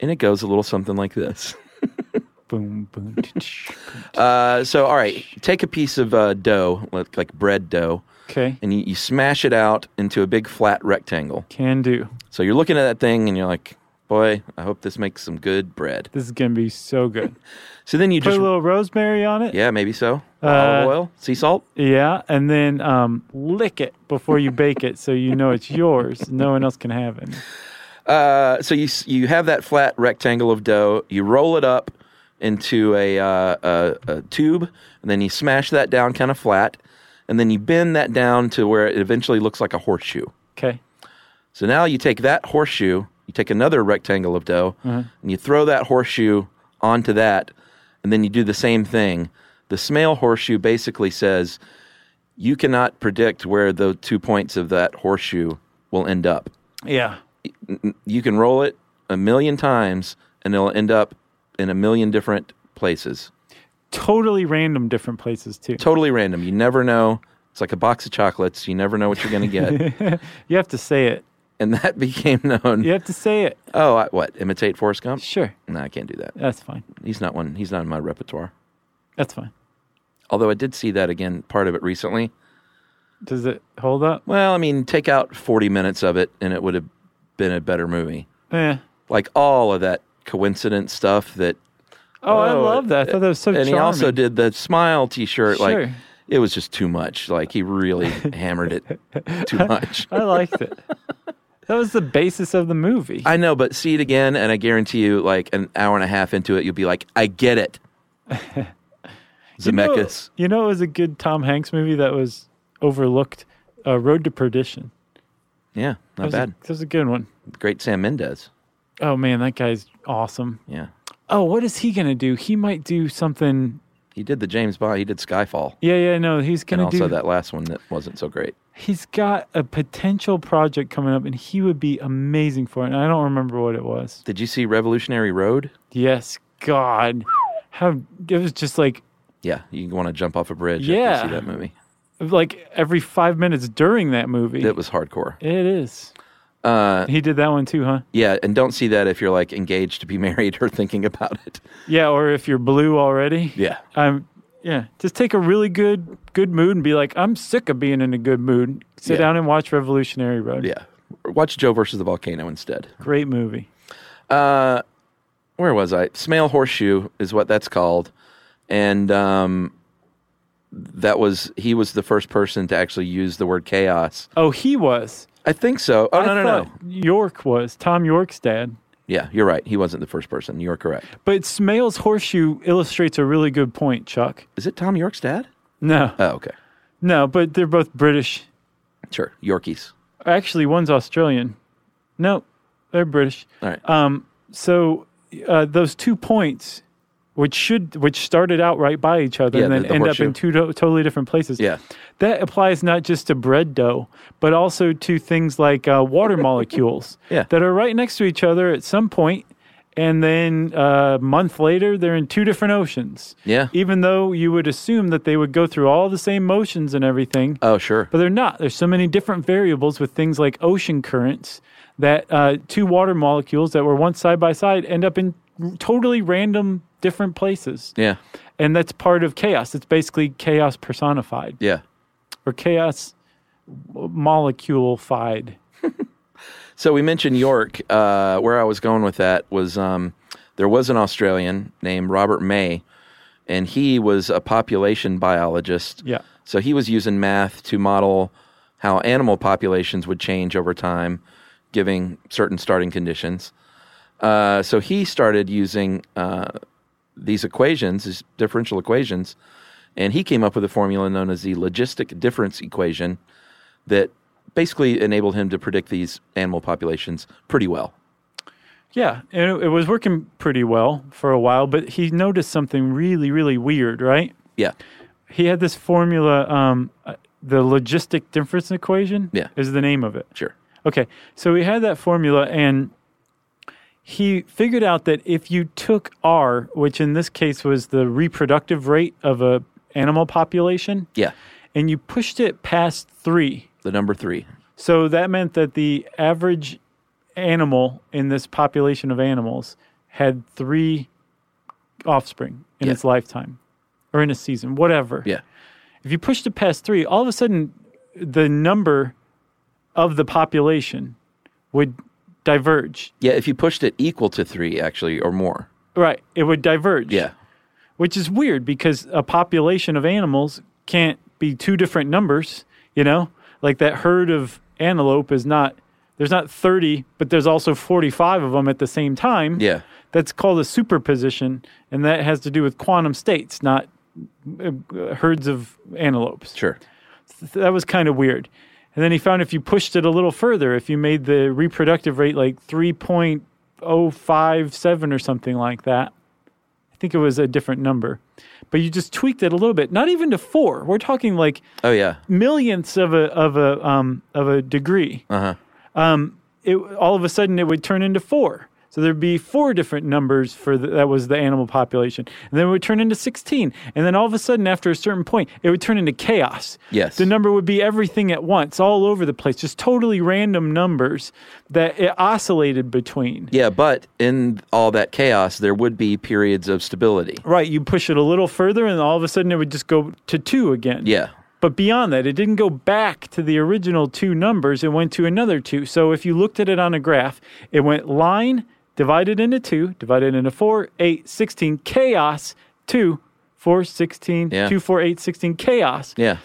and it goes a little something like this. Boom, boom. tch, tch. Uh, so, all right, take a piece of uh, dough, like, like bread dough, okay. and you, you smash it out into a big flat rectangle. Can do. So you're looking at that thing and you're like, boy, I hope this makes some good bread. This is going to be so good. So then you Put just, a little rosemary on it. yeah, maybe so. Olive Uh, oil, sea salt. Yeah, and then um, lick it before you bake it, so you know it's yours. No one else can have it. Uh, so you s- you have that flat rectangle of dough. You roll it up into a, uh, a, a tube, and then you smash that down kind of flat, and then you bend that down to where it eventually looks like a horseshoe. Okay, So now you take that horseshoe, you take another rectangle of dough, and you throw that horseshoe onto that, and then you do the same thing. The Smale horseshoe basically says you cannot predict where the two points of that horseshoe will end up. yeah, You can roll it a million times, and it'll end up in a million different places. totally random, different places too. Totally random. You never know. It's like a box of chocolates. You never know what you're going to get. You have to say it. and that became known. You have to say it. Oh, I, what? Imitate Forrest Gump? Sure, No, I can't do that. that's fine. He's not one. He's not in my repertoire. That's fine. Although I did see that again, part of it recently. Does it hold up? Well, I mean, take out forty minutes of it, and it would have been a better movie. Eh. Like all of that coincidence stuff. That Oh, I love that. I thought that was so and charming. he also did the smile T-shirt. Sure. Like it was just too much. Like he really hammered it too much. I liked it. That was the basis of the movie. I know, but see it again, and I guarantee you, like an hour and a half into it, you'll be like, "I get it." You know- Zemeckis. You know, it was a good Tom Hanks movie that was overlooked. Uh, Road to Perdition. Yeah, That not was, a, bad. that was a good one. Great Sam Mendes. Oh man, that guy's awesome. Yeah, oh, what is he going to do? He might do something. he did the James Bond. He did Skyfall. Yeah, yeah, no, he's and going to also do that last one that wasn't so great. He's got a potential project coming up and he would be amazing for it. And I don't remember what it was. Did you see Revolutionary Road? Yes, God. How it was just like Yeah, you want to jump off a bridge. Yeah. after you see that movie. like every 5 minutes during that movie. It was hardcore. it is. Uh, He did that one too, huh? yeah, and don't see that if you're like engaged to be married or thinking about it. Yeah, or if you're blue already. Yeah, Um yeah, just take a really good good mood and be like, "I'm sick of being in a good mood." Sit Yeah. down and watch Revolutionary Road. yeah. Watch Joe versus the volcano instead. Uh, Great movie. Where was I? Smale horseshoe is what that's called, and um, that was he was the first person to actually use the word chaos. Oh, he was. I think so. Oh no I no no. thought York was Tom York's dad. Yeah, you're right. He wasn't the first person. You're correct. But Smale's horseshoe illustrates a really good point, Chuck. Is it Tom York's dad? No, Oh okay, no, but they're both British. sure. Yorkies. Actually, one's Australian. No, they're British. All right. Um, so uh, those two points, which should which started out right by each other Yeah, and then the- the end horseshoe. up in two to- totally different places. Yeah. that applies not just to bread dough, but also to things like uh, water molecules Yeah. that are right next to each other at some point, and then uh, a month later they're in two different oceans. Yeah. even though you would assume that they would go through all the same motions and everything. Oh, sure. But they're not. There's so many different variables with things like ocean currents that uh, two water molecules that were once side by side end up in totally random different places. Yeah. And that's part of chaos. It's basically chaos personified Yeah. or chaos moleculified. So we mentioned York. Uh, where I was going with that was um, there was an Australian named Robert May and he was a population biologist. Yeah. So he was using math to model how animal populations would change over time, giving certain starting conditions. Uh, so he started using uh, these equations, these differential equations, and he came up with a formula known as the logistic difference equation that basically enabled him to predict these animal populations pretty well. Yeah, and it, it was working pretty well for a while, but he noticed something really, really weird, right? Yeah. He had this formula, um, uh, the logistic difference equation. Yeah. is the name of it. Sure. Okay, so he had that formula, and he figured out that if you took R, which in this case was the reproductive rate of a animal population, Yeah. and you pushed it past three, The number three. so that meant that the average animal in this population of animals had three offspring in Yeah. its lifetime or in a season, whatever. Yeah. If you pushed it past three, all of a sudden the number of the population would diverge. Yeah. If you pushed it equal to three, actually, or more. Right. It would diverge. Yeah. Which is weird because a population of animals can't be two different numbers, you know? Like that herd of antelope is not, there's not 30, but there's also 45 of them at the same time. Yeah. That's called a superposition, and that has to do with quantum states, not uh, herds of antelopes. Sure. So that was kind of weird. And then he found if you pushed it a little further, if you made the reproductive rate like 3.057 or something like that, I think it was a different number, but you just tweaked it a little bit, not even to four. We're talking like Oh, yeah. millionths of a, of a, um, of a degree. Um, Uh huh. It, all of a sudden, it would turn into four. So there'd be four different numbers for the, that was the animal population, and then it would turn into sixteen, and then all of a sudden, after a certain point, it would turn into chaos. Yes. the number would be everything at once, all over the place, just totally random numbers that it oscillated between. Yeah, but in all that chaos, there would be periods of stability. Right, you push it a little further, and all of a sudden, it would just go to two again. Yeah, But beyond that, it didn't go back to the original two numbers. It went to another two. So if you looked at it on a graph, it went line divided into two, divided into four, eight, 16, chaos, two, four, 16, Yeah. two, four, eight, 16, chaos, yeah,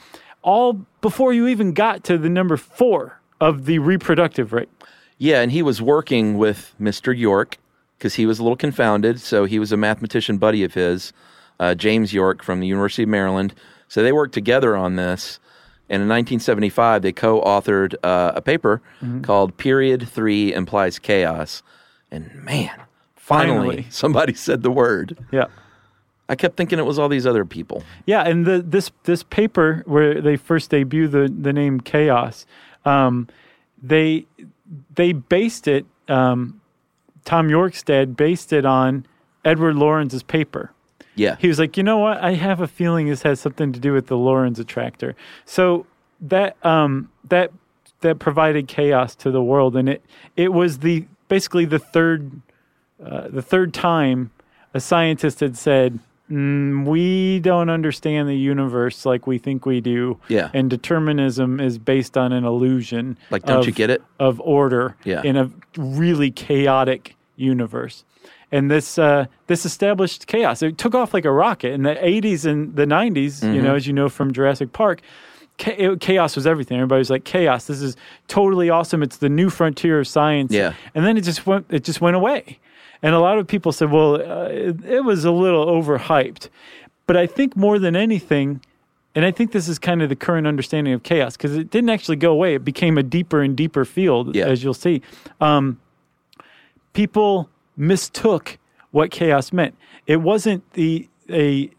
all before you even got to the number four of the reproductive rate. yeah. And he was working with Mr. York because he was a little confounded. So he was a mathematician buddy of his, uh, James York from the University of Maryland. So they worked together on this. And in 1975, they co-authored uh, a paper called "Period Three Implies Chaos." And man, finally Finally. somebody said the word. Yeah. I kept thinking it was all these other people. Yeah, and the, this this paper where they first debut the the name chaos, um, they they based it. Um, Tom Yorkstead based it on Edward Lawrence's paper. Yeah, He was like, you know what? I have a feeling this has something to do with the Lawrence attractor. So that um, that that provided chaos to the world, and it it was the basically the third uh, the third time a scientist had said. Mm, we don't understand the universe like we think we do. Yeah. And determinism is based on an illusion. Like, don't you of- get it? Of order Yeah. in a really chaotic universe. And this uh, this established chaos. It took off like a rocket in the 80s and the 90s. Mm-hmm. You know, as you know from Jurassic Park, cha- it- chaos was everything. Everybody was like, "Chaos! This is totally awesome! It's the new frontier of science." Yeah. And then it just went. It just went away. And a lot of people said, "Well, uh, it, it was a little overhyped." But I think more than anything, and I think this is kind of the current understanding of chaos because it didn't actually go away. It became a deeper and deeper field, Yeah. as you'll see. Um, people mistook what chaos meant. It wasn't the a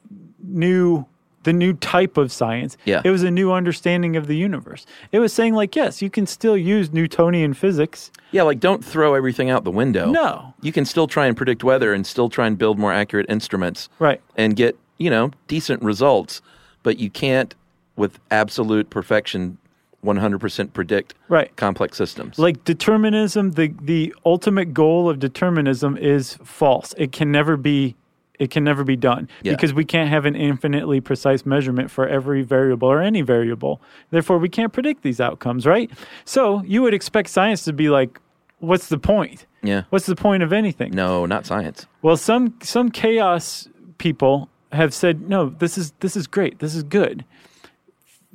new the new type of science. Yeah. It was a new understanding of the universe. It was saying like, yes, you can still use Newtonian physics. Yeah, like don't throw everything out the window. No. You can still try and predict weather and still try and build more accurate instruments Right. and get, you know, decent results, but you can't with absolute perfection 100% predict Right. complex systems. like determinism the the ultimate goal of determinism is false it can never be it can never be done Yeah. because we can't have an infinitely precise measurement for every variable or any variable therefore we can't predict these outcomes right so you would expect science to be like what's the point yeah. what's the point of anything No, not science. well some some chaos people have said, "No, this is this is great. This is good.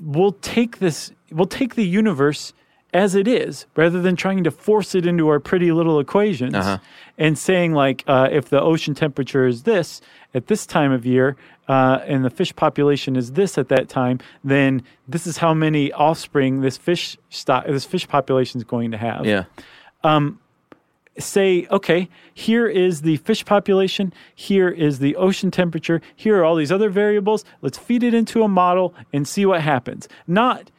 We'll take this. We'll take the universe as it is, rather than trying to force it into our pretty little equations and saying like, uh, if the ocean temperature is this at this time of year." Uh, and the fish population is this at that time, then this is how many offspring this fish stock, this fish population is going to have Yeah. say, okay, here is the fish population, here is the ocean temperature, here are all these other variables. Let's feed it into a model and see what happens. Not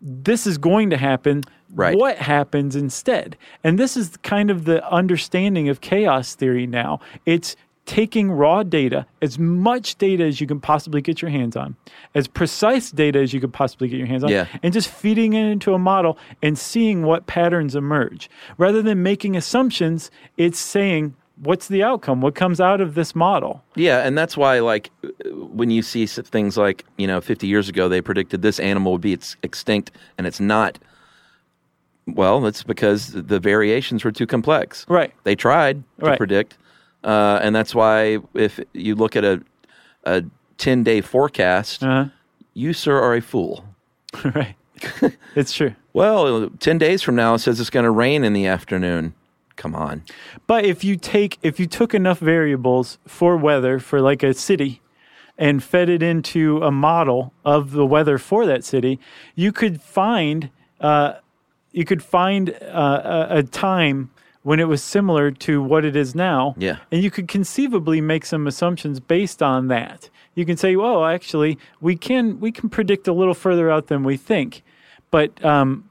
this is going to happen. Right. What happens instead? And this is kind of the understanding of chaos theory now. It's taking raw data, as much data as you can possibly get your hands on, as precise data as you could possibly get your hands on, Yeah. and just feeding it into a model and seeing what patterns emerge. Rather than making assumptions, it's saying, what's the outcome? What comes out of this model? Yeah, and that's why, like, uh, when you see s- things like, you know, 50 years ago, they predicted this animal would be ex- extinct, and it's not. Well, that's because the variations were too complex. Right. They tried to Right. predict, uh, and that's why if you look at a a 10 day forecast, Uh-huh. you sir are a fool. right. it's true. Well, 10 days from now, it says it's going to rain in the afternoon. Come on. But if you take if you took enough variables for weather for like a city and fed it into a model of the weather for that city, you could find uh, you could find uh, a, a time when it was similar to what it is now. Yeah. And you could conceivably make some assumptions based on that. You can say, "Well, actually, we can we can predict a little further out than we think," but um,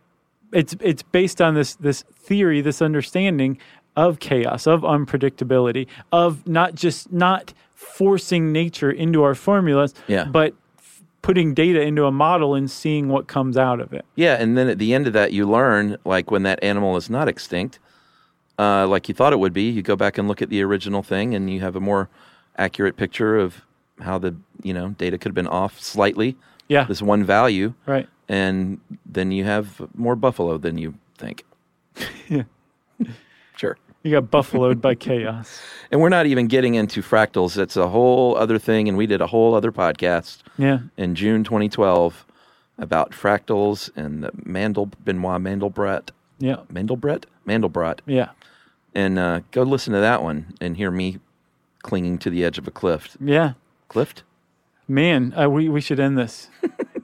it's it's based on this this theory, this understanding of chaos, of unpredictability, of not just not forcing nature into our formulas, Yeah. but f- putting data into a model and seeing what comes out of it. Yeah, and then at the end of that, you learn like when that animal is not extinct, uh, like you thought it would be. You go back and look at the original thing, and you have a more accurate picture of how the you know data could have been off slightly. Yeah. this one value, Right. and then you have more buffalo than you think. Yeah. sure. You got buffaloed by chaos. And we're not even getting into fractals. That's a whole other thing, and we did a whole other podcast Yeah. in June 2012 about fractals and the Mandel Benoit Mandelbrot. Yeah. Mandelbrot? Mandelbrot. Yeah. And uh, go listen to that one and hear me clinging to the edge of a cliff. Yeah. Cliff? Man, uh, we, we should end this.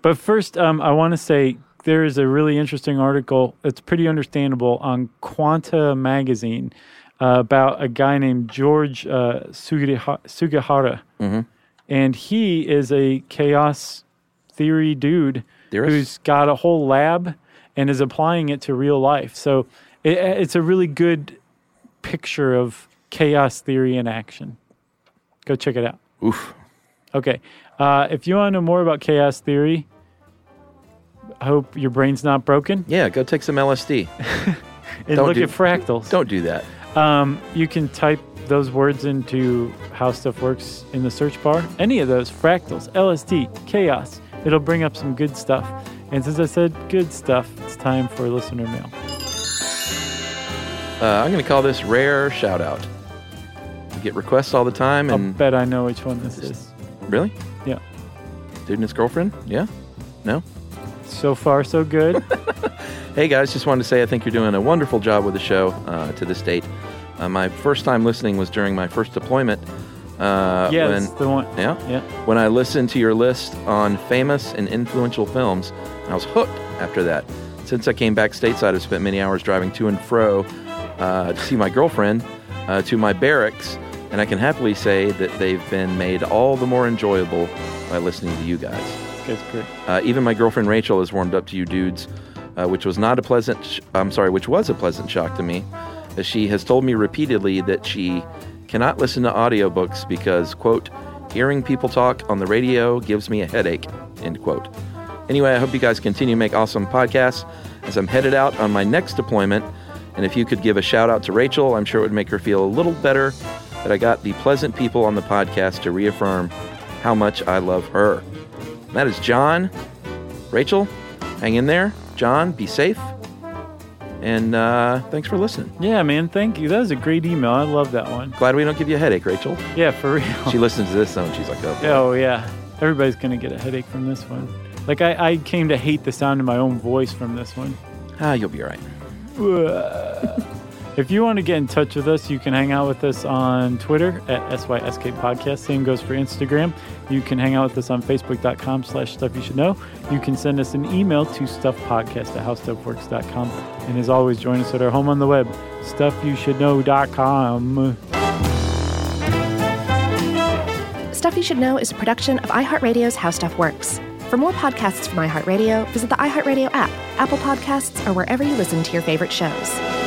but first, um, I want to say there is a really interesting article that's pretty understandable on Quanta magazine uh, about a guy named George uh, Sugiha- Sugihara. And he is a chaos theory dude Theorist? who's got a whole lab and is applying it to real life. So it, it's a really good picture of chaos theory in action. Go check it out. Oof. Okay. Uh, if you want to know more about chaos theory, I hope your brain's not broken. Yeah, go take some LSD. And Don't look do- at fractals. Don't do that. Um, you can type those words into How Stuff Works in the search bar. Any of those fractals, LSD, chaos. It'll bring up some good stuff. And since I said good stuff, it's time for listener mail. Uh, I'm going to call this rare shout out. We get requests all the time. I'll And bet I know which one this is. really? Yeah. Dude and his girlfriend? Yeah? No? So far, so good. Hey guys, just wanted to say I think you're doing a wonderful job with the show uh, to this date. Uh, my first time listening was during my first deployment. Uh, yeah, when- that's the one. yeah. Yeah. When I listened to your list on famous and influential films, I was hooked after that. Since I came back stateside, I've spent many hours driving to and fro uh, to see my girlfriend, uh, to my barracks, and I can happily say that they've been made all the more enjoyable by listening to you guys. That's great. Uh, even my girlfriend Rachel has warmed up to you dudes, uh, which was not a pleasant. Sh- I'm sorry, which was a pleasant shock to me, as she has told me repeatedly that she cannot listen to audiobooks because quote, hearing people talk on the radio gives me a headache. End quote. Anyway, I hope you guys continue to make awesome podcasts as I'm headed out on my next deployment. And if you could give a shout out to Rachel, I'm sure it would make her feel a little better that I got the pleasant people on the podcast to reaffirm how much I love her. And That is John. Rachel, hang in there. John, be safe. And uh, thanks for listening. Yeah, man. Thank you. That was a great email. I love that one. Glad we don't give you a headache, Rachel. Yeah, for real. She listens to this though, and she's like, oh, Oh yeah, everybody's gonna get a headache from this one. Like I, I came to hate the sound of my own voice from this one. ah, you'll be all right. If you want to get in touch with us, you can hang out with us on Twitter at SYSK Podcast. Same goes for Instagram. You can hang out with us on Facebook.com slash Stuff You Should Know. You can send us an email to StuffPodcast at HowStuffWorks.com. And as always, join us at our home on the web, StuffYouShouldKnow.com. Stuff You Should Know is a production of iHeartRadio's How Stuff Works. For more podcasts from iHeartRadio, visit the iHeartRadio app, Apple Podcasts, or wherever you listen to your favorite shows.